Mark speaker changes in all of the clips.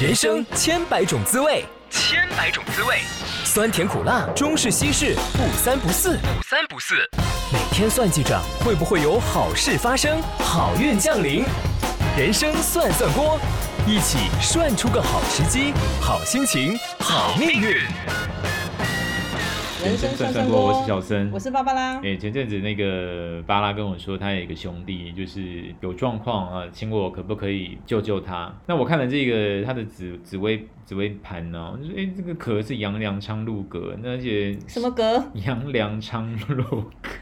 Speaker 1: 人生千百种滋味，
Speaker 2: 千百种滋味，
Speaker 1: 酸甜苦辣，中式西式，不三不四。
Speaker 2: 不三不四。
Speaker 1: 每天算计着会不会有好事发生，好运降临。人生算算锅，一起涮出个好时机、好心情、好命运。
Speaker 3: 人生算
Speaker 4: 算算
Speaker 3: 算
Speaker 4: 锅，
Speaker 3: 锅，
Speaker 4: 我是小森，
Speaker 3: 我是芭芭拉。
Speaker 4: 哎、前阵子那个巴拉跟我说，他有一个兄弟就是有状况啊，请我可不可以救救他？那我看了这个他的紫紫薇紫薇盘呢、我就说，哎、这个壳是杨梁昌路阁，那而且
Speaker 3: 什么格？
Speaker 4: 杨梁昌路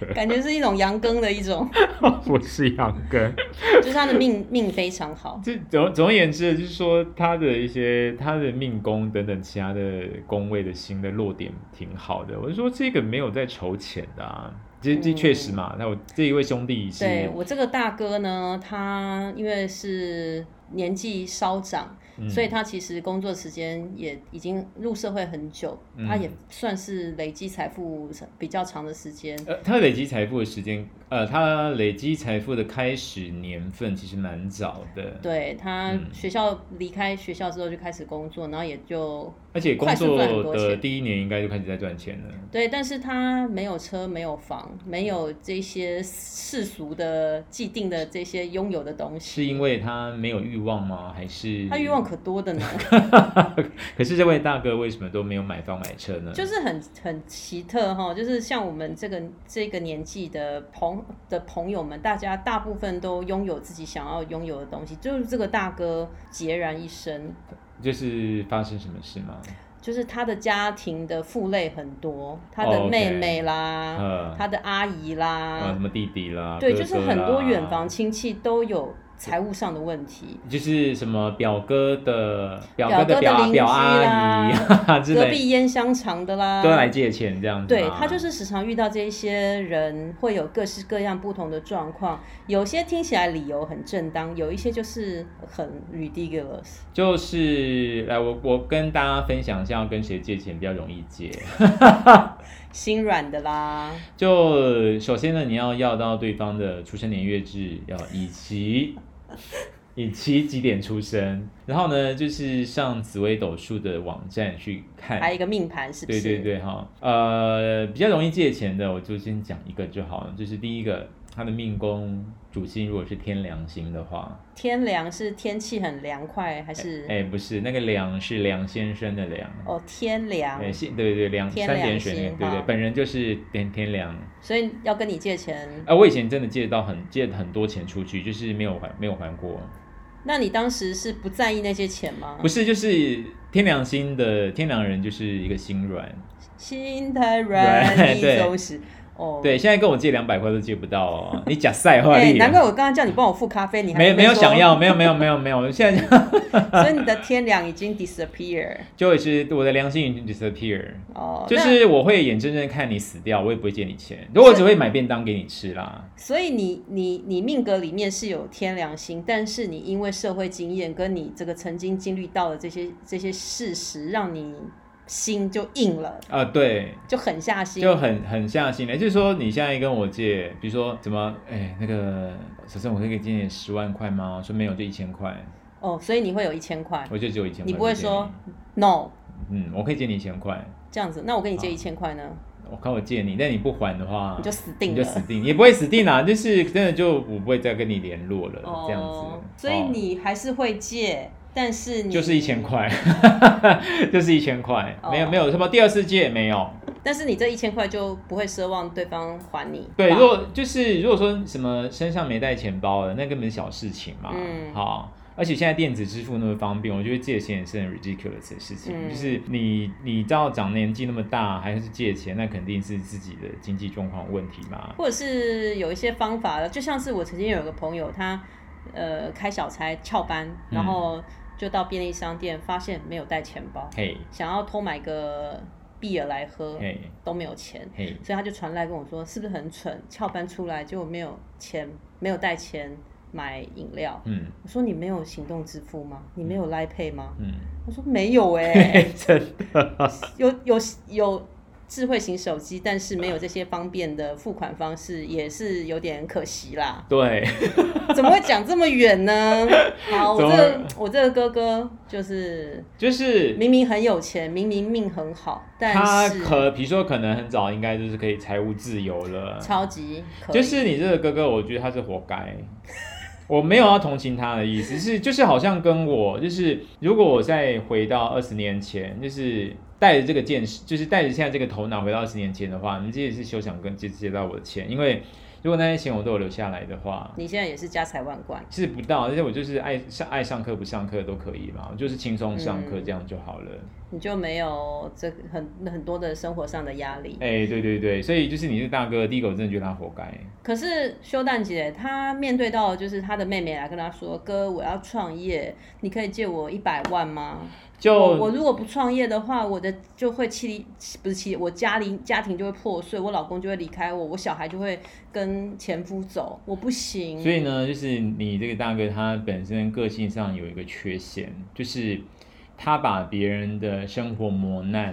Speaker 4: 阁，
Speaker 3: 感觉是一种阳庚的一种，
Speaker 4: 不是杨根。
Speaker 3: 就是他的命命非常好。
Speaker 4: 这总总而言之，就是说他的一些他的命宫等等其他的宫位的星的落点挺好的。我是说这个没有在筹钱的啊，这这
Speaker 3: 嗯
Speaker 4: 确实嘛。那我这一位兄弟是
Speaker 3: 对我这个大哥呢，他因为是年纪稍长，
Speaker 4: 嗯
Speaker 3: 所以他其实工作时间也已经入社会很久，
Speaker 4: 嗯
Speaker 3: 他也算是累积财富比较长的时间。
Speaker 4: 呃，他累积财富的时间，呃，他累积财富的开始年份其实蛮早的，，
Speaker 3: 对他
Speaker 4: 嗯
Speaker 3: 学校离开学校之后就开始工作，然后也就
Speaker 4: 而且工
Speaker 3: 快速
Speaker 4: 作
Speaker 3: 赚很多
Speaker 4: 的
Speaker 3: 钱
Speaker 4: 第一年应该就开始在赚钱了。
Speaker 3: 对，但是他没有车，没有房，没有这些世俗的既定的这些拥有的东西。
Speaker 4: 是因为他没有欲望吗？还是
Speaker 3: 他欲望可多的 呢，
Speaker 4: 可是这位大哥为什么都没有买房买车呢？
Speaker 3: 就是很很奇特哈、就是像我们这个这个年纪的朋的朋友们，大家大部分都拥有自己想要拥有的东西，就是这个大哥孑然一身，
Speaker 4: 就是发生什么事吗？
Speaker 3: 就是他的家庭的负累很多，他
Speaker 4: 哦
Speaker 3: 的
Speaker 4: ，OK
Speaker 3: 妹妹啦，
Speaker 4: 呃
Speaker 3: 他的阿姨啦，
Speaker 4: 啊，什么弟弟啦，
Speaker 3: 对，
Speaker 4: 哥
Speaker 3: 就是
Speaker 4: 哥
Speaker 3: 很多
Speaker 4: 啦
Speaker 3: 远房，亲戚都有财务上的问题。
Speaker 4: 就是什么表哥的表
Speaker 3: 表
Speaker 4: 的
Speaker 3: 哥的
Speaker 4: 表
Speaker 3: 邻
Speaker 4: 表
Speaker 3: 居
Speaker 4: 阿姨 之
Speaker 3: 隔
Speaker 4: 类，
Speaker 3: 壁烟香肠的啦，
Speaker 4: 都要来借钱这样子。
Speaker 3: 对他就。是时常遇到这一些人，会有各式各样不同的状况。有些听起来理由很正当，有一些就是很 ridiculous。
Speaker 4: 就是来，我我跟大家分享一下，跟谁借钱比较容易借。
Speaker 3: 心软的啦，
Speaker 4: 就首先呢，你要要到对方的出生年月日，要以及以及几点出生，然后呢，就是上紫微斗数的网站去看，
Speaker 3: 还有一个命盘是不
Speaker 4: 哎对
Speaker 3: 是？
Speaker 4: 对对，哈，呃，比较容易借钱的，我就先讲一个就好了。就是第一个，他的命宫主星如果是天良星的话，
Speaker 3: 天凉是天气很凉快，还是、
Speaker 4: 哎，不是那个良是梁先生的梁，
Speaker 3: 哦天凉？
Speaker 4: 哎，是，对对对，梁
Speaker 3: 天
Speaker 4: 三
Speaker 3: 良
Speaker 4: 点水那
Speaker 3: 星
Speaker 4: 个，对对
Speaker 3: 哈，
Speaker 4: 本人就是天天良。
Speaker 3: 所以要跟你借钱。
Speaker 4: 啊，我以前真的借到很借很多钱出去，就是没有还没有还过。
Speaker 3: 嗯那你当时是不在意那些钱吗
Speaker 4: 不？是，就是天良星的天良人就是一个心软，
Speaker 3: 心太
Speaker 4: 软
Speaker 3: 软，你
Speaker 4: 对
Speaker 3: 总是哦。
Speaker 4: 对，现在跟我借两百块都借不到哦， 你假赛话
Speaker 3: 哎、
Speaker 4: 力。啊
Speaker 3: 难怪我刚刚叫你帮我付咖啡，你还
Speaker 4: 没
Speaker 3: 在
Speaker 4: 没有
Speaker 3: 说
Speaker 4: 想，要， 没有没有没有没有，现在就。
Speaker 3: 所以你的天凉已经 disappear
Speaker 4: 就是我的良心已经 disappear，
Speaker 3: 哦。
Speaker 4: 就
Speaker 3: 那
Speaker 4: 是我会眼睁睁看你死掉，我也不会借你钱，如果我只会买便当给你吃啦。
Speaker 3: 所以你你你命格里面是有天良心，但是你因为社会经验跟你这个曾经经历到的这些这些事实，让你心就硬了，
Speaker 4: 啊、对，
Speaker 3: 就狠下心。
Speaker 4: 就很很下心的，就是说你现在跟我借，比如说怎么，哎，那个小生，我可以借你十万块吗？我说没有，就一千块，
Speaker 3: 哦，所以你会有一千块
Speaker 4: 我就只有一千块。
Speaker 3: 你不会
Speaker 4: 就借
Speaker 3: 说，no
Speaker 4: 嗯，我可以借你一千块，
Speaker 3: 这样子，那我跟你借
Speaker 4: 好
Speaker 3: 一千块呢，
Speaker 4: 我看我借你，但你不还的话，
Speaker 3: 你就死定
Speaker 4: 啊你
Speaker 3: 了。
Speaker 4: 就死定，也不会死定啦、 就是真的就我不会再跟你联络了，这样
Speaker 3: 哦
Speaker 4: 子。
Speaker 3: 所以
Speaker 4: 哦
Speaker 3: 你还是会借，但是你
Speaker 4: 就是一千，块， 就是一千块，没有
Speaker 3: 哦
Speaker 4: 没有什么第二次借没有。
Speaker 3: 但是你这一千块就不会奢望对方还你。
Speaker 4: 对，
Speaker 3: 吧
Speaker 4: 如果就是如果说什么身上没带钱包的，那根本是小事情嘛。
Speaker 3: 嗯
Speaker 4: 好。而且现在电子支付那么方便，我觉得借钱也是很 ridiculous 的事情。
Speaker 3: 嗯
Speaker 4: 就是你你到长年纪那么大还是借钱，那肯定是自己的经济状况有问题嘛。
Speaker 3: 或者是有一些方法了，就像是我曾经有一个朋友，他呃开小差翘班，然后就到便利商店发现没有带钱包，
Speaker 4: 嘿，
Speaker 3: 想要偷买个 b 尔来喝
Speaker 4: 嘿，
Speaker 3: 都没有钱，
Speaker 4: 嘿，
Speaker 3: 所以他就传来跟我说，是不是很蠢？翘班出来结果没有钱，没有带钱买饮料。
Speaker 4: 嗯
Speaker 3: 我说你没有行动支付吗？你没有 Line Pay 吗？
Speaker 4: 嗯，
Speaker 3: 他说没有哎、
Speaker 4: 嘿，真的，
Speaker 3: 有有有智慧型手机，但是没有这些方便的付款方式，也是有点可惜啦。
Speaker 4: 对，
Speaker 3: 怎么会讲这么远呢？好，我这
Speaker 4: 怎
Speaker 3: 个
Speaker 4: 么
Speaker 3: 我这个哥哥就是
Speaker 4: 就是
Speaker 3: 明明很有钱，明明命很好，
Speaker 4: 他
Speaker 3: 但是
Speaker 4: 可比如说可能很早应该就是可以财务自由了，
Speaker 3: 超级可以
Speaker 4: 就是你这个哥哥，我觉得他是活该。我没有要同情他的意思，是就是好像跟我就是，如果我再回到二十年前，就是带着这个见识，就是带着现在这个头脑回到二十年前的话，你这也是休想跟借借到我的钱，因为如果那些钱我都有留下来的话，
Speaker 3: 你现在也是家财万贯。
Speaker 4: 是不到，而且我就是爱上爱上课不上课都可以嘛，我就是轻松上课
Speaker 3: 嗯
Speaker 4: 这样就好了。
Speaker 3: 你就没有这个很很多的生活上的压力。
Speaker 4: 哎、对对对，所以就是你是大哥，第一个我真的觉得他活该。
Speaker 3: 可是修蛋姐她面对到的就是她的妹妹来跟她说：“哥，我要创业，你可以借我一百万吗？
Speaker 4: 就
Speaker 3: 我我如果不创业的话，我的就会妻离不是妻离，我家里家庭就会破碎，我老公就会离开我，我小孩就会跟前夫走，我不行。”
Speaker 4: 所以呢，就是你这个大哥他本身个性上有一个缺陷，就是他把别人的生活磨难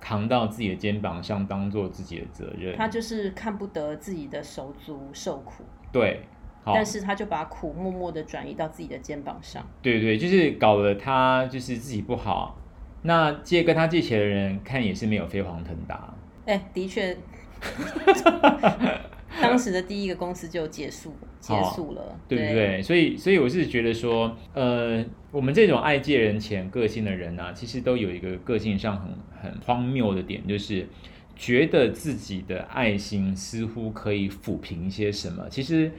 Speaker 4: 扛到自己的肩膀上，当做自己的责任。
Speaker 3: 她就是看不得自己的手足受苦，
Speaker 4: 对，好，
Speaker 3: 但是她就把苦默默的转移到自己的肩膀上。
Speaker 4: 对对，就是搞得他就是自己不好。那借跟他借钱的人看也是没有飞黄腾达，
Speaker 3: 哎、的 确，当时的第一个公司就结束结束了，
Speaker 4: 对不对？所以，所以我是觉得说，呃，我们这种爱借人钱个性的人啊，其实都有一个个性上很很荒谬的点，就是觉得自己的爱心似乎可以抚平一些什么，其实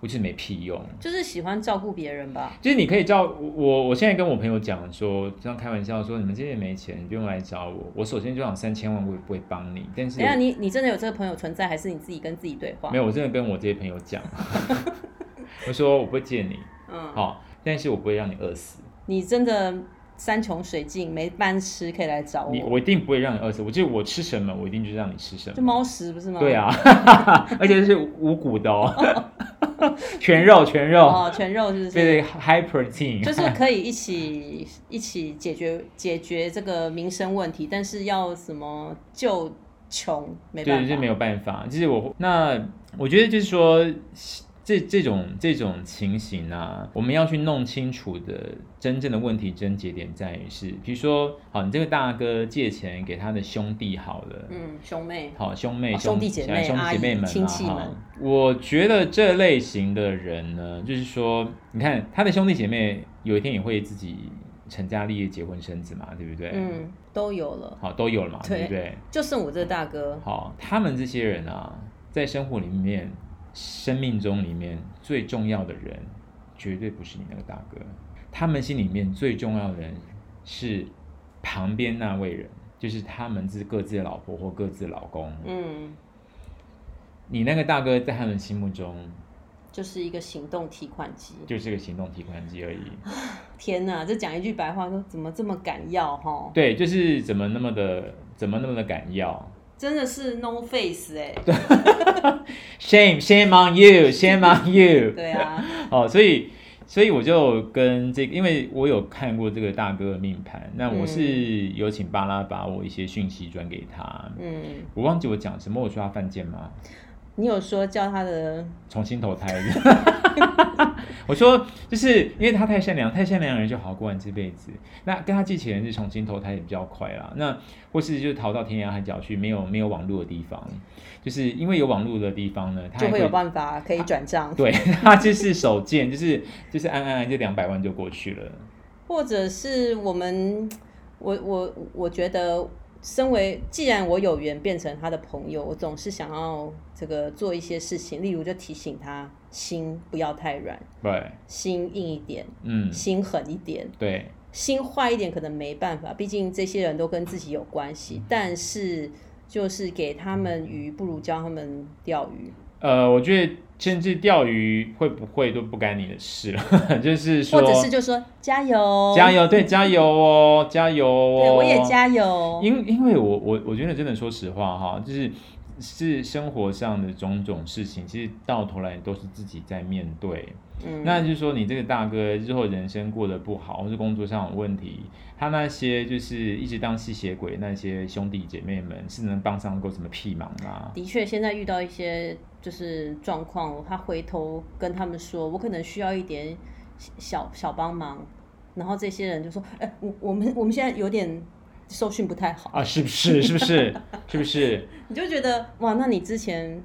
Speaker 4: 我就是没屁用。
Speaker 3: 就是喜欢照顾别人吧。
Speaker 4: 就是你可以照我，我现在跟我朋友讲说，这样开玩笑说，你们这些没钱，你不用来找我。我首先就想三千万，我也不会帮你。但是
Speaker 3: 等一下，你你真的有这个朋友存在，还是你自己跟自己对话？
Speaker 4: 没有，我真的跟我这些朋友讲， 我说我不会借你，
Speaker 3: 嗯，
Speaker 4: 好、但是我不会让你饿死。
Speaker 3: 你真的山穷水尽没饭吃，可以来找
Speaker 4: 你
Speaker 3: 我。
Speaker 4: 我一定不会让你饿死，我就我吃什么，我一定就让你吃什么。
Speaker 3: 就猫食不是吗？
Speaker 4: 对，啊， 而且是无骨的哦， 全肉全肉，
Speaker 3: 哦，全肉是不是？
Speaker 4: 对对，high protein，
Speaker 3: 就是可以一起一起解决解决这个民生问题，但是要什么救穷没办
Speaker 4: 对，
Speaker 3: 法，
Speaker 4: 就是没有办法。就是我那我觉得就是说。这这种这种情形啊，我们要去弄清楚的真正的问题症结点在于是，比如说，好，你这个大哥借钱给他的兄弟好了，
Speaker 3: 嗯，兄妹，
Speaker 4: 好兄妹、
Speaker 3: 哦兄弟姐妹
Speaker 4: 兄弟姐妹们、啊、
Speaker 3: 阿姨亲戚们
Speaker 4: 哈。我觉得这类型的人呢，就是说，你看他的兄弟姐妹有一天也会自己成家立业、结婚生子嘛，对不对？，
Speaker 3: 嗯，都有了。
Speaker 4: 好，都有了嘛，
Speaker 3: 对
Speaker 4: 对不对？
Speaker 3: 就剩我这个大哥，
Speaker 4: 好，他们这些人啊，在生活里面、生命中里面最重要的人，绝对不是你那个大哥。他们心里面最重要的人是旁边那位人，就是他们是各自的老婆或各自的老公。
Speaker 3: 嗯，
Speaker 4: 你那个大哥在他们心目中
Speaker 3: 就是一个行动提款机。
Speaker 4: 就是个行动提款机而已。
Speaker 3: 天哪，这讲一句白话说，怎么这么敢要哈？
Speaker 4: 对，就是怎么那么的，怎么那么的敢要
Speaker 3: 真的是 no face 哎、
Speaker 4: ？Shame, shame on you, shame on you。
Speaker 3: 对啊，
Speaker 4: 哦，所以，所以我就跟这个，因为我有看过这个大哥的命盘，那我是有请巴拉把我一些讯息转给他。
Speaker 3: 嗯，
Speaker 4: 我忘记我讲什么，我说他犯贱吗？
Speaker 3: 你有说叫他的，
Speaker 4: 重新投胎。 我说，就是因为他太善良，太善良的人就好过完这辈子。那跟他借钱的人是重新投胎也比较快啦。那或是就逃到天涯海角去，没有没有网络的地方，就是因为有网络的地方呢，他还
Speaker 3: 就会有办法可以
Speaker 4: 啊
Speaker 3: 转账，
Speaker 4: 对 他就是手贱，就是就是按按按就两百万就过去了。
Speaker 3: 或者是我们，我我我觉得。身为，既然我有缘变成他的朋友，我总是想要这个做一些事情，例如就提醒他心不要太软，
Speaker 4: 对，
Speaker 3: 心硬一点，
Speaker 4: 嗯，
Speaker 3: 心狠一点，
Speaker 4: 对，
Speaker 3: 心坏一点可能没办法，毕竟这些人都跟自己有关系。
Speaker 4: 嗯
Speaker 3: 但是就是给他们鱼，不如教他们钓鱼。
Speaker 4: 呃，我觉得甚至钓鱼会不会都不干你的事了， 就是说，
Speaker 3: 或者是就说加油，
Speaker 4: 加，油，对，加油哦，加油哦，
Speaker 3: 对我也加油。
Speaker 4: 因因为我我我觉得真的说实话哈，就是是生活上的种种事情，其实到头来都是自己在面对。
Speaker 3: 嗯，
Speaker 4: 那就是说，你这个大哥日后人生过得不好，或是工作上有问题，他那些就是一直当吸血鬼那些兄弟姐妹们，是能帮上够什么屁忙吗？
Speaker 3: 的确，现在遇到一些就是状况，他回头跟他们说，我可能需要一点小小帮忙，然后这些人就说，哎、我我们我们现在有点收讯不太好，
Speaker 4: 啊，是不是？是不是？是不是？
Speaker 3: 你就觉得哇，那你之前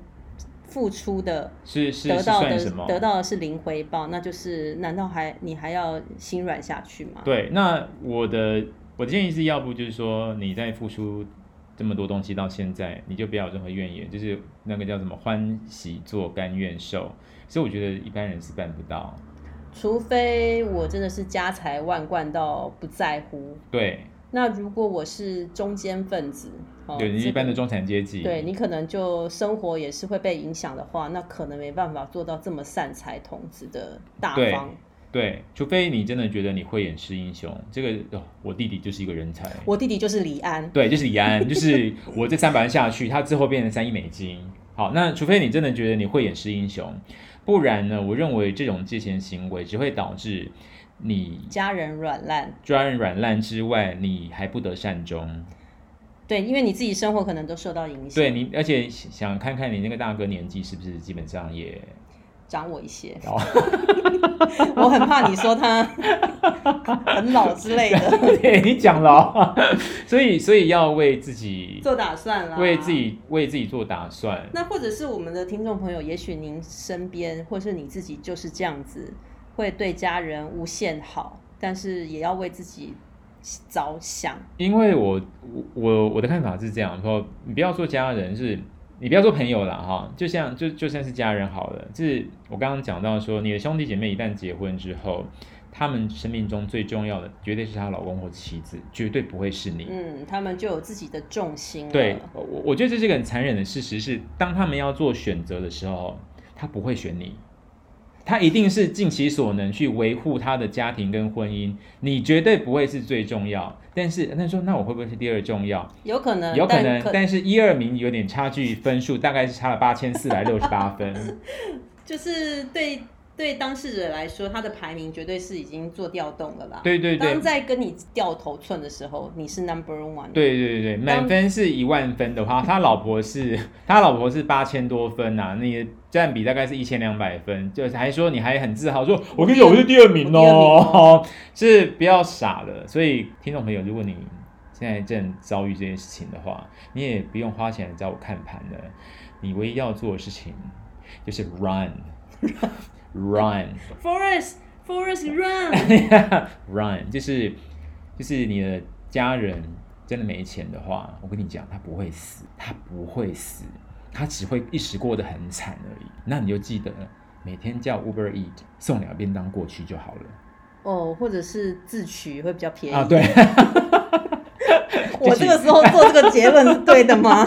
Speaker 3: 付出的。
Speaker 4: 是是
Speaker 3: 得
Speaker 4: 是
Speaker 3: 到
Speaker 4: 算
Speaker 3: 的
Speaker 4: 什么？
Speaker 3: 得到的是零回报，那就是难道还你还要心软下去吗？
Speaker 4: 对，那我的我的建议是要不就是说你在付出这么多东西到现在，你就不要有任何怨言，就是那个叫什么欢喜做甘愿受。所以我觉得一般人是办不到。
Speaker 3: 除非我真的是家财万贯到不在乎。
Speaker 4: 对，
Speaker 3: 那如果我是中间分子，哦，
Speaker 4: 对你
Speaker 3: 这
Speaker 4: 一般的
Speaker 3: 个
Speaker 4: 中产阶级，
Speaker 3: 对你可能就生活也是会被影响的话，那可能没办法做到这么善财童子的大
Speaker 4: 对
Speaker 3: 方。
Speaker 4: 对，除非你真的觉得你慧眼识英雄，这个、哦、我弟弟就是一个人才。
Speaker 3: 我弟弟就是李安，
Speaker 4: 对，就是李安，就是我这三百万下去，他之后变成三亿美金。好，那除非你真的觉得你慧眼识英雄，不然呢，我认为这种借钱行为只会导致你
Speaker 3: 家人软烂，
Speaker 4: 专软烂之外，你还不得善终。
Speaker 3: 对，因为你自己生活可能都受到影响。
Speaker 4: 对，你，而且想看看你那个大哥年纪是不是基本上也
Speaker 3: 长我一些，
Speaker 4: 哦
Speaker 3: 我很怕你说他很老之类的，
Speaker 4: 对你讲了哦、 所以所以要为自己
Speaker 3: 做打算啦，
Speaker 4: 为自。己为自己做打算。
Speaker 3: 那或者是我们的听众朋友，也许您身边或是你自己就是这样子，会对家人无限好，但是也要为自己着想。
Speaker 4: 因为我我我我的看法是这样说，你不要说家人是，你不要说朋友啦，哈，就像就就算是家人好了，就是我刚刚讲到说，你的兄弟姐妹一旦结婚之后，他们生命中最重要的绝对是她老公或妻子，绝对不会是你。
Speaker 3: 嗯，他们就有自己的重心了。
Speaker 4: 对，我我我觉得这是一个很残忍的事实是，当他们要做选择的时候，他不会选你，他一定是尽其所能去维护他的家庭跟婚姻，你绝对不会是最重要。但是，那你说那我会不会是第二重要？
Speaker 3: 有可能，
Speaker 4: 有可
Speaker 3: 呃但
Speaker 4: 能，但是一二名有点差距，分数大概是差了八千四百六十八 分。
Speaker 3: 就是对对当事者来说，他的排名绝对是已经做调动了啦。
Speaker 4: 对对对
Speaker 3: 当，在跟你掉头寸的时候，你是 number one。
Speaker 4: 对对对对，满分是一万分的话，他老婆是他老婆是八千多分呐、你的占比大概是一千两百分，就是还说你还很自豪说，我跟你讲我是第二名
Speaker 3: 我第二名
Speaker 4: 哦， 是不要傻了。所以听众朋友，如果你现在正遭遇这件事情的话，你也不用花钱来找我看盘了，你唯一要做的事情就是 run run。
Speaker 3: Forest Forest Run，
Speaker 4: Run，就是就是你的家人真的没钱的话，我跟你讲，他不会死，他不会死，他只会一时过得很惨而已。那你就记得每天叫 Uber Eat 送两便当过去就好了
Speaker 3: 哦，或者是自取会比较便宜。
Speaker 4: 啊。对，
Speaker 3: 我这个时候做这个结论是对的 吗？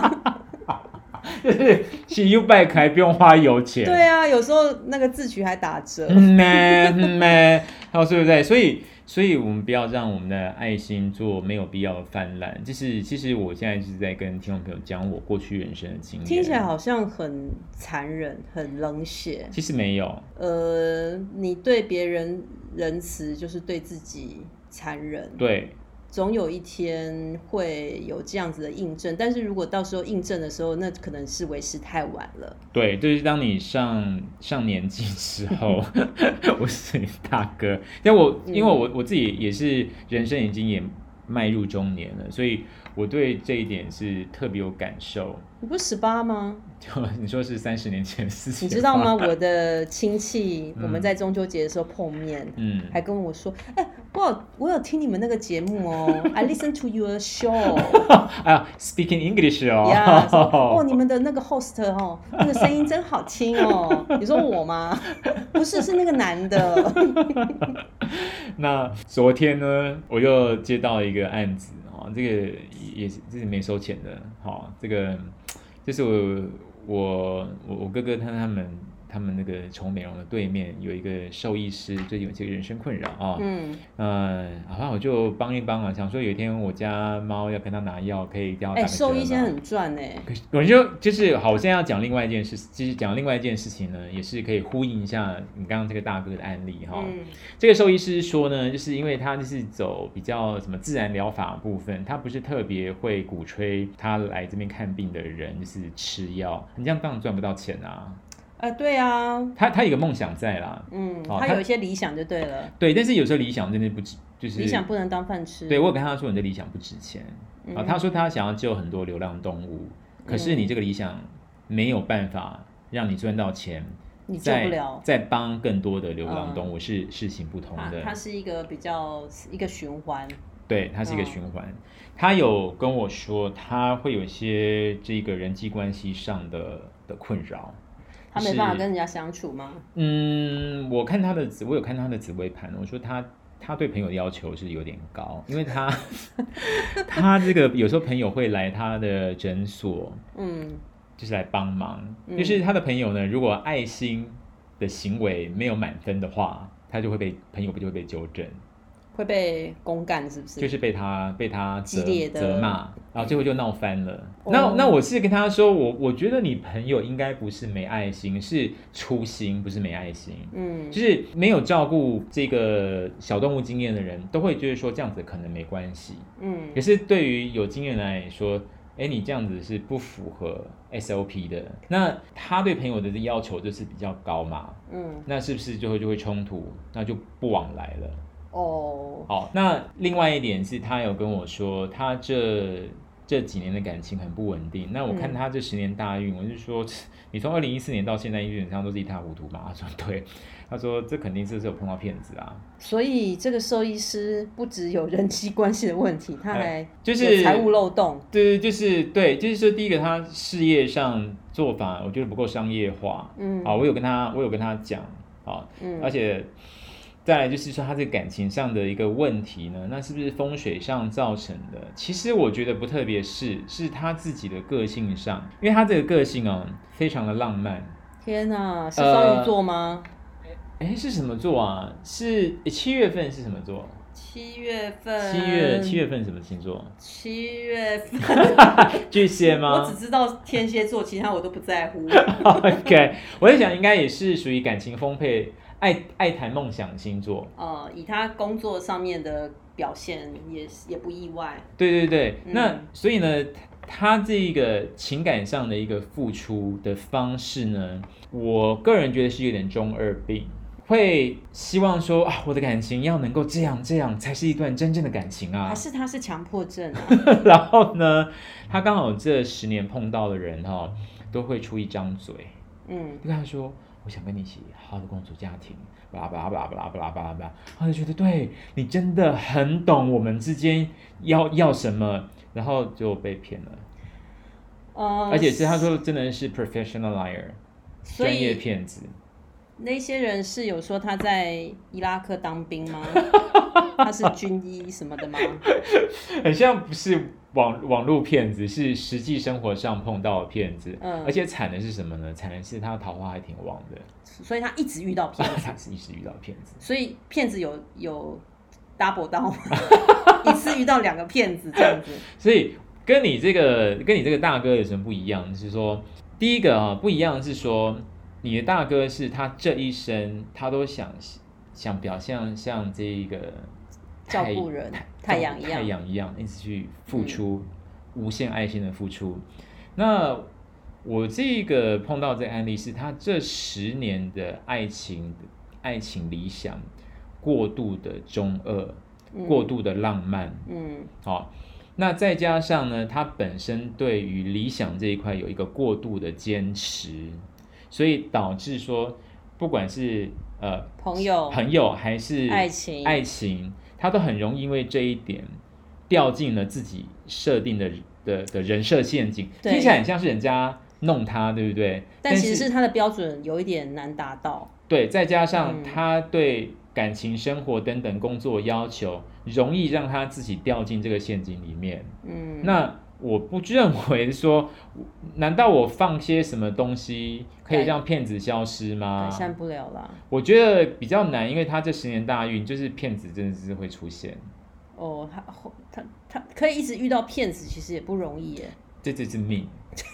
Speaker 4: 就是是 U Bike 还不用花油钱。
Speaker 3: 对啊，有时候那个自取还打折。
Speaker 4: 嗯咩嗯咩，好，对不对？所以，所以我们不要让我们的爱心做没有必要的泛滥。就是，其实我现在是在跟听众朋友讲我过去人生的经验，
Speaker 3: 听起来好像很残忍，很冷血。
Speaker 4: 其实没有，
Speaker 3: 呃，你对别人仁慈，就是对自己残忍。
Speaker 4: 对，
Speaker 3: 总有一天会有这样子的印证，但是如果到时候印证的时候，那可能是为时太晚了。
Speaker 4: 对，就是当你上上年纪之后， 我是你大哥，但我
Speaker 3: 嗯
Speaker 4: 因为我我自己也是人生已经也迈入中年了，所以我对这一点是特别有感受。
Speaker 3: 你不是十八吗？
Speaker 4: 就 你说是三十年前的事情，
Speaker 3: 你知道吗？？我的亲戚，我们在中秋节的时候碰面，
Speaker 4: 嗯，
Speaker 3: 还跟我说：“哎、我有我有听你们那个节目 哦，I listen to your show
Speaker 4: 啊，Speaking English 哦
Speaker 3: 呀、说哦，你们的那个 host 哦，那个声音真好听哦。”你说我吗？不是，是那个男的。
Speaker 4: 那昨天呢，我又接到一个案子哦，这个也是这是没收哦钱的，好、这个就是我我我我哥哥他他们他们那个崇美容的对面有一个兽医师，最近有些人生困扰啊、
Speaker 3: 嗯，
Speaker 4: 嗯，好吧，我就帮一帮啊，想说有一天我家猫要跟它拿药，可以一定要打
Speaker 3: 哎，
Speaker 4: 个折
Speaker 3: 兽医现在
Speaker 4: 嘛
Speaker 3: 很赚哎、
Speaker 4: 可是我就就是好，我现在要讲另外一件事，其实讲另外一件事情呢，也是可以呼应一下你刚刚这个大哥的案例哈。
Speaker 3: 嗯
Speaker 4: 这个兽医师说呢，就是因为他就是走比较什么自然疗法部分，他不是特别会鼓吹他来这边看病的人就是吃药，你这样当然赚不到钱啊。
Speaker 3: 啊，对啊，
Speaker 4: 他他有个梦想在啦，
Speaker 3: 嗯，
Speaker 4: 哦
Speaker 3: 他
Speaker 4: 他
Speaker 3: 有一些理想就对了，
Speaker 4: 对，但是有时候理想真的不值，就是
Speaker 3: 理想不能当饭吃。
Speaker 4: 对我有跟他说你的理想不值钱
Speaker 3: 嗯
Speaker 4: 啊，他说他想要救很多流浪动物，可是你这个理想没有办法让你赚到钱，
Speaker 3: 你救
Speaker 4: 再
Speaker 3: 不了嗯
Speaker 4: 再帮更多的流浪动物是是行不通
Speaker 3: 啊，
Speaker 4: 的。
Speaker 3: 它是一个比较一个循环。
Speaker 4: 对，它是一个
Speaker 3: 嗯
Speaker 4: 循环。他有跟我说，他会有一些这个人际关系上的的困扰。
Speaker 3: 他
Speaker 4: 就
Speaker 3: 没
Speaker 4: 是
Speaker 3: 办法跟人家相处吗？
Speaker 4: 嗯，我看他的紫，我有看他的紫微盘，我说他他对朋友的要求是有点高，因 为他他这个有时候朋友会来他的诊所，
Speaker 3: 嗯，
Speaker 4: 就是来帮忙。
Speaker 3: 嗯
Speaker 4: 就是他的朋友呢，如果爱心的行为没有满分的话，他就会被朋友不就会被纠正，
Speaker 3: 会被公干是不是？
Speaker 4: 就是被他被他责
Speaker 3: 激烈的
Speaker 4: 责骂，然后最后就闹翻了。
Speaker 3: 哦
Speaker 4: 那那我是跟他说，我我觉得你朋友应该不是没爱心，是粗心，不是没爱心。
Speaker 3: 嗯
Speaker 4: 就是没有照顾这个小动物经验的人，都会觉得说这样子可能没关系。
Speaker 3: 嗯
Speaker 4: 可是对于有经验的人来说，哎，你这样子是不符合 SOP 的。那他对朋友的要求就是比较高嘛，
Speaker 3: 嗯
Speaker 4: 那是不是最后就会冲突？那就不往来了。
Speaker 3: 哦，
Speaker 4: 好，那另外一点是他有跟我说，他这这几年的感情很不稳定。那我
Speaker 3: 嗯
Speaker 4: 看他这十年大运，我就说，你从二零一四年到现在，基本上都是一塌糊涂嘛。他说对，他说这肯定是是有碰到骗子啊。
Speaker 3: 所以这个兽医师不只有人际关系的问题，他还
Speaker 4: 哎就是
Speaker 3: 有财务漏洞。
Speaker 4: 对对，就是对，就是说第一个他事业上做法，我觉得不够商业化。
Speaker 3: 嗯
Speaker 4: 啊，我有跟他，我有跟他讲啊，
Speaker 3: 嗯，
Speaker 4: 而且再来就是说他这个感情上的一个问题呢，那是不是风水上造成的？其实我觉得不特别是，是他自己的个性上，因为他这个个性哦，非常的浪漫。
Speaker 3: 天哪，是
Speaker 4: 呃
Speaker 3: 双鱼座吗？
Speaker 4: 哎，是什么座啊？是诶七月份是什么座？
Speaker 3: 七月份，
Speaker 4: 七月七月份什么星座？
Speaker 3: 七月份，
Speaker 4: 巨蟹
Speaker 3: 我
Speaker 4: 吗
Speaker 3: 只知道天蝎座，其他我都不在乎。
Speaker 4: ？OK，我在想应该也是属于感情丰沛、爱爱谈梦想星座。
Speaker 3: 呃，以他工作上面的表现也是也不意外。
Speaker 4: 对对对，
Speaker 3: 嗯
Speaker 4: 那所以呢，他这个情感上的一个付出的方式呢，我个人觉得是有点中二病，会希望说啊，我的感情要能够这样这样才是一段真正的感情啊
Speaker 3: 还。是他是强迫症啊？
Speaker 4: 然后呢，他刚好这十年碰到的人哈、哦，都会出一张嘴，
Speaker 3: 嗯
Speaker 4: 就跟他说。我想跟你一起好好的共组家庭，巴拉巴拉巴拉巴拉巴拉巴拉巴拉，他就觉得对你真的很懂我们之间要要什么，然后就被骗了。
Speaker 3: 呃，
Speaker 4: 而且是他说真的是 professional liar，
Speaker 3: 所
Speaker 4: 专
Speaker 3: 以
Speaker 4: 业骗子。
Speaker 3: 那些人是有说他在伊拉克当兵 吗？他是军医什么的吗？
Speaker 4: 很像不是网网络骗子，是实际生活上碰到的骗子。
Speaker 3: 嗯
Speaker 4: 而且惨的是什么呢？惨的是他桃花还挺旺的，
Speaker 3: 所以他一直遇到骗子，
Speaker 4: 他是一直遇到骗子。
Speaker 3: 所以骗子有有 double 到 吗，一次遇到两个骗子这样子。
Speaker 4: 所以跟你这个跟你这个大哥有什么不一样？是说第一个啊不一样是说你的大哥是他这一生他都想想表现像这一个
Speaker 3: 照
Speaker 4: 太
Speaker 3: 顾人
Speaker 4: 太
Speaker 3: 太
Speaker 4: 照
Speaker 3: 阳
Speaker 4: 顾
Speaker 3: 一样
Speaker 4: 太阳一样一直去付出、无限爱心的付出。那我这个碰到这个案例是他这十年的爱情爱情理想过度的中二，
Speaker 3: 嗯
Speaker 4: 过度的浪漫。
Speaker 3: 嗯
Speaker 4: 好、那再加上呢，他本身对于理想这一块有一个过度的坚持，所以导致说，不管是呃
Speaker 3: 朋友
Speaker 4: 朋友还是
Speaker 3: 爱情
Speaker 4: 爱情，他都很容易因为这一点掉进了自己设定的的的人设陷阱，
Speaker 3: 对
Speaker 4: 听起来很像是人家弄他，对不对？
Speaker 3: 但其实
Speaker 4: 是
Speaker 3: 是他的标准有一点难达到。
Speaker 4: 对，再加上
Speaker 3: 嗯
Speaker 4: 他对感情、生活等等工作要求，容易让他自己掉进这个陷阱里面。
Speaker 3: 嗯，
Speaker 4: 那我不认为说， 难道我放些什么东西可以让骗子消失
Speaker 3: 改？
Speaker 4: 吗
Speaker 3: 善不了啦。
Speaker 4: 我觉得比较难，因为他这十年大运就是骗子真的是会出现，
Speaker 3: 哦，他他他可以一直遇到骗子，其实也不容易耶。
Speaker 4: 这就是命。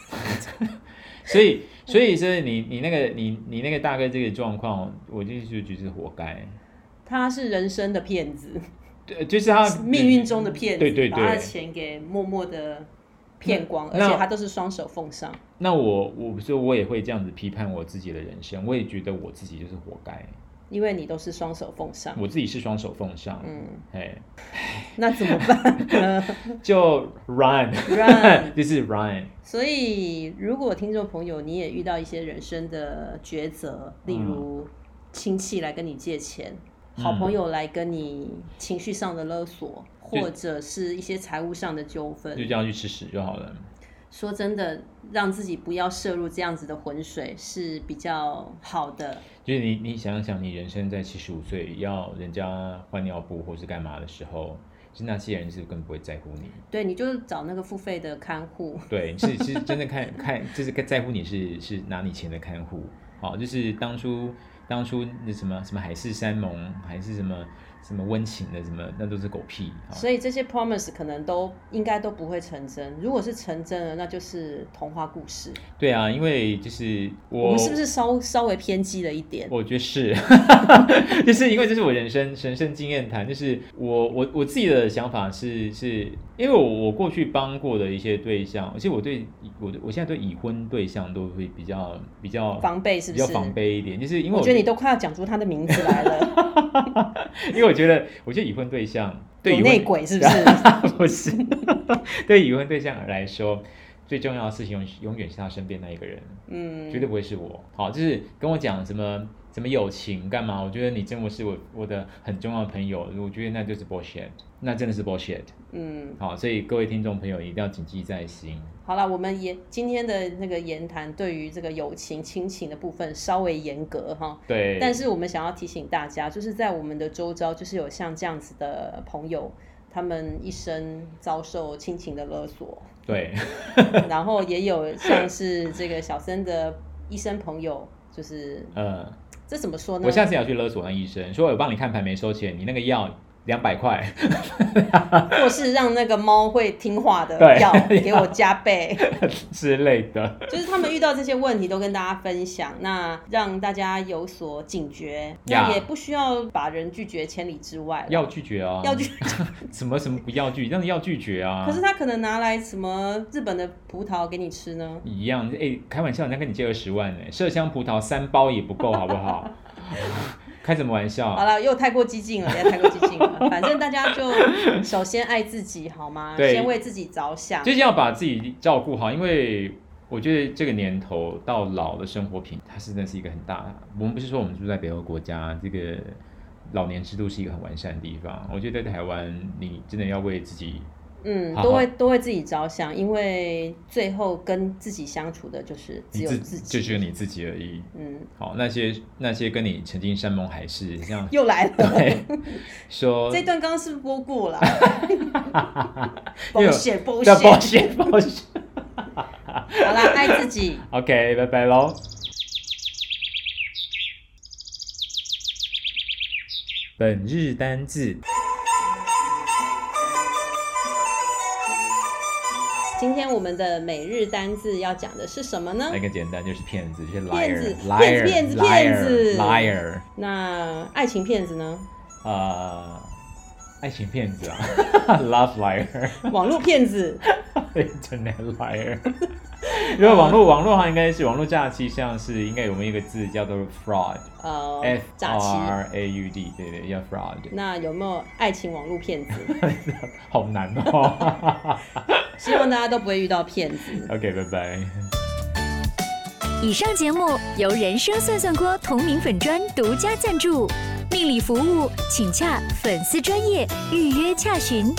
Speaker 4: 所以，所以是你你那个你你那个大哥这个状况，我就就觉得是活该。
Speaker 3: 他是人生的骗子，
Speaker 4: 对，就是他
Speaker 3: 是命运中的骗子，
Speaker 4: 对对
Speaker 3: 把他的
Speaker 4: 对。
Speaker 3: 钱给默默的骗光，而
Speaker 4: 那
Speaker 3: 且他都是双手奉上。
Speaker 4: 那我我所以我也会这样子批判我自己的人生，我也觉得我自己就是活该，
Speaker 3: 因为你都是双手奉上，
Speaker 4: 我自己是双手奉上。
Speaker 3: 嗯，
Speaker 4: 哎，
Speaker 3: 那怎么办呢
Speaker 4: 就 run，
Speaker 3: ？Run。
Speaker 4: 就是 run，
Speaker 3: 所以，如果听众朋友你也遇到一些人生的抉择，例如亲戚来跟你借钱，
Speaker 4: 嗯
Speaker 3: 好朋友来跟你情绪上的勒索，
Speaker 4: 就
Speaker 3: 或者是一些财务上的纠
Speaker 4: 就
Speaker 3: 纷
Speaker 4: 这，样去吃屎就好了。
Speaker 3: 说真的，让自己不要摄入这样子的浑水是比较好的。
Speaker 4: 就是你你想想，你人生在七十五岁要人家换尿布或是干嘛的时候，是那些人是根本不会在乎你。
Speaker 3: 对，你就找那个付费的看 护，
Speaker 4: 对，是是真的看看，就是在乎你是是拿你钱的看护，好，就是当初当初那什么什么海誓山盟，还是什么什么温情的什么，那都是狗屁。好
Speaker 3: 所以这些 promise 可能都应该都不会成真。如果是成真了，那就是童话故事。
Speaker 4: 对啊，因为就是我，
Speaker 3: 我们是不是稍稍微偏激了一点？
Speaker 4: 我觉得是， 就是因为这是我人生人生经验谈，就是我我我自己的想法是，是因为我我过去帮过的一些对象，而且我对我对我现在对已婚对象都会比较比较
Speaker 3: 防备是
Speaker 4: 比
Speaker 3: 不是？
Speaker 4: 较防备一点，就是因为
Speaker 3: 我
Speaker 4: 我
Speaker 3: 觉得你都快要讲出他的名字来了，
Speaker 4: 因为我觉得我觉得已婚对象 对
Speaker 3: 有
Speaker 4: 已
Speaker 3: 内
Speaker 4: 婚啊
Speaker 3: 鬼是不是？
Speaker 4: 不是 对已婚对象来说。最重要的事情永永远是他身边那一个人，
Speaker 3: 嗯，
Speaker 4: 绝对不会是我。好，就是跟我讲什么什么友情干嘛？我觉得你真的是我我的很重要的朋友，我觉得那就是 bullshit，那真的是 bullshit。
Speaker 3: 嗯，
Speaker 4: 好，所以各位听众朋友一定要谨记在心。
Speaker 3: 好了，我们也今天的那个言谈对于这个友情、亲情的部分稍微严格哈，
Speaker 4: 对，
Speaker 3: 但是我们想要提醒大家，就是在我们的周遭，就是有像这样子的朋友。他们一生遭受亲情的勒索，
Speaker 4: 对
Speaker 3: 然后也有像是这个小森的医生朋友，就是
Speaker 4: 呃，
Speaker 3: 这怎么说呢？
Speaker 4: 我下次也要去勒索那医生，说我帮你看牌没收钱，你那个药两百块。
Speaker 3: 或是让那个猫会听话的
Speaker 4: 对
Speaker 3: 药给我加倍，
Speaker 4: 之类的。
Speaker 3: 就是他们遇到这些问题都跟大家分享，那让大家有所警觉，
Speaker 4: 呀
Speaker 3: 那也不需要把人拒绝千里之外了
Speaker 4: 要拒绝啊，
Speaker 3: 要拒，
Speaker 4: 什么什么不要拒，但是要拒绝啊。
Speaker 3: 可是他可能拿来什么日本的葡萄给你吃呢？
Speaker 4: 一样，哎、开玩笑，人家跟你借二十万呢、麝香葡萄三包也不够，好不好？ 开什么玩
Speaker 3: 好
Speaker 4: 笑？
Speaker 3: 了，又太过激进了，也太过激进了。反正大家就首先爱自己好吗？
Speaker 4: 对
Speaker 3: 先为自己着想
Speaker 4: 就。是要把自己照顾好，因为我觉得这个年头到老的生活品，它是真的是一个很大。我们不是说我们住在北欧国家，这个老年制度是一个很完善的地方。我觉得在台湾，你真的要为自己
Speaker 3: 嗯，
Speaker 4: 好好
Speaker 3: 都为都为自己着想，因为最后跟自己相处的就是只
Speaker 4: 你
Speaker 3: 有
Speaker 4: 自
Speaker 3: 自己。
Speaker 4: 就只有你自己而已。
Speaker 3: 嗯，
Speaker 4: 好，那 些那些跟你曾经山盟海誓，像
Speaker 3: 又来了。
Speaker 4: 对，说
Speaker 3: 这段刚刚是不是播过 了
Speaker 4: 因为有
Speaker 3: ？bullshit
Speaker 4: 叫保
Speaker 3: bullshit，
Speaker 4: 险保险。
Speaker 3: 好啦，爱自己。
Speaker 4: OK，拜拜喽。本日单字
Speaker 3: 今天我们的每日单字要讲的是什么呢
Speaker 4: 那？个简单，就是骗子，就是
Speaker 3: 骗子
Speaker 4: liar，liar，
Speaker 3: 骗子骗子
Speaker 4: liar，liar，
Speaker 3: 那爱情骗子呢？
Speaker 4: 呃，爱情骗子啊 ，love liar，internet
Speaker 3: 网络骗子
Speaker 4: liar。如果网络网络的话，应该是网络诈欺，像是应该有没有一个字叫做 fraud，f
Speaker 3: 呃，诈欺。
Speaker 4: r a u d，对对，要 fraud，
Speaker 3: 那有没有爱情网络骗子？
Speaker 4: 好难哦。
Speaker 3: 希望大家都不会遇到骗子。
Speaker 4: OK，拜拜。
Speaker 5: 以上节目由人生算算锅同名粉专独家赞助，命理服务请洽粉丝专业预约洽询。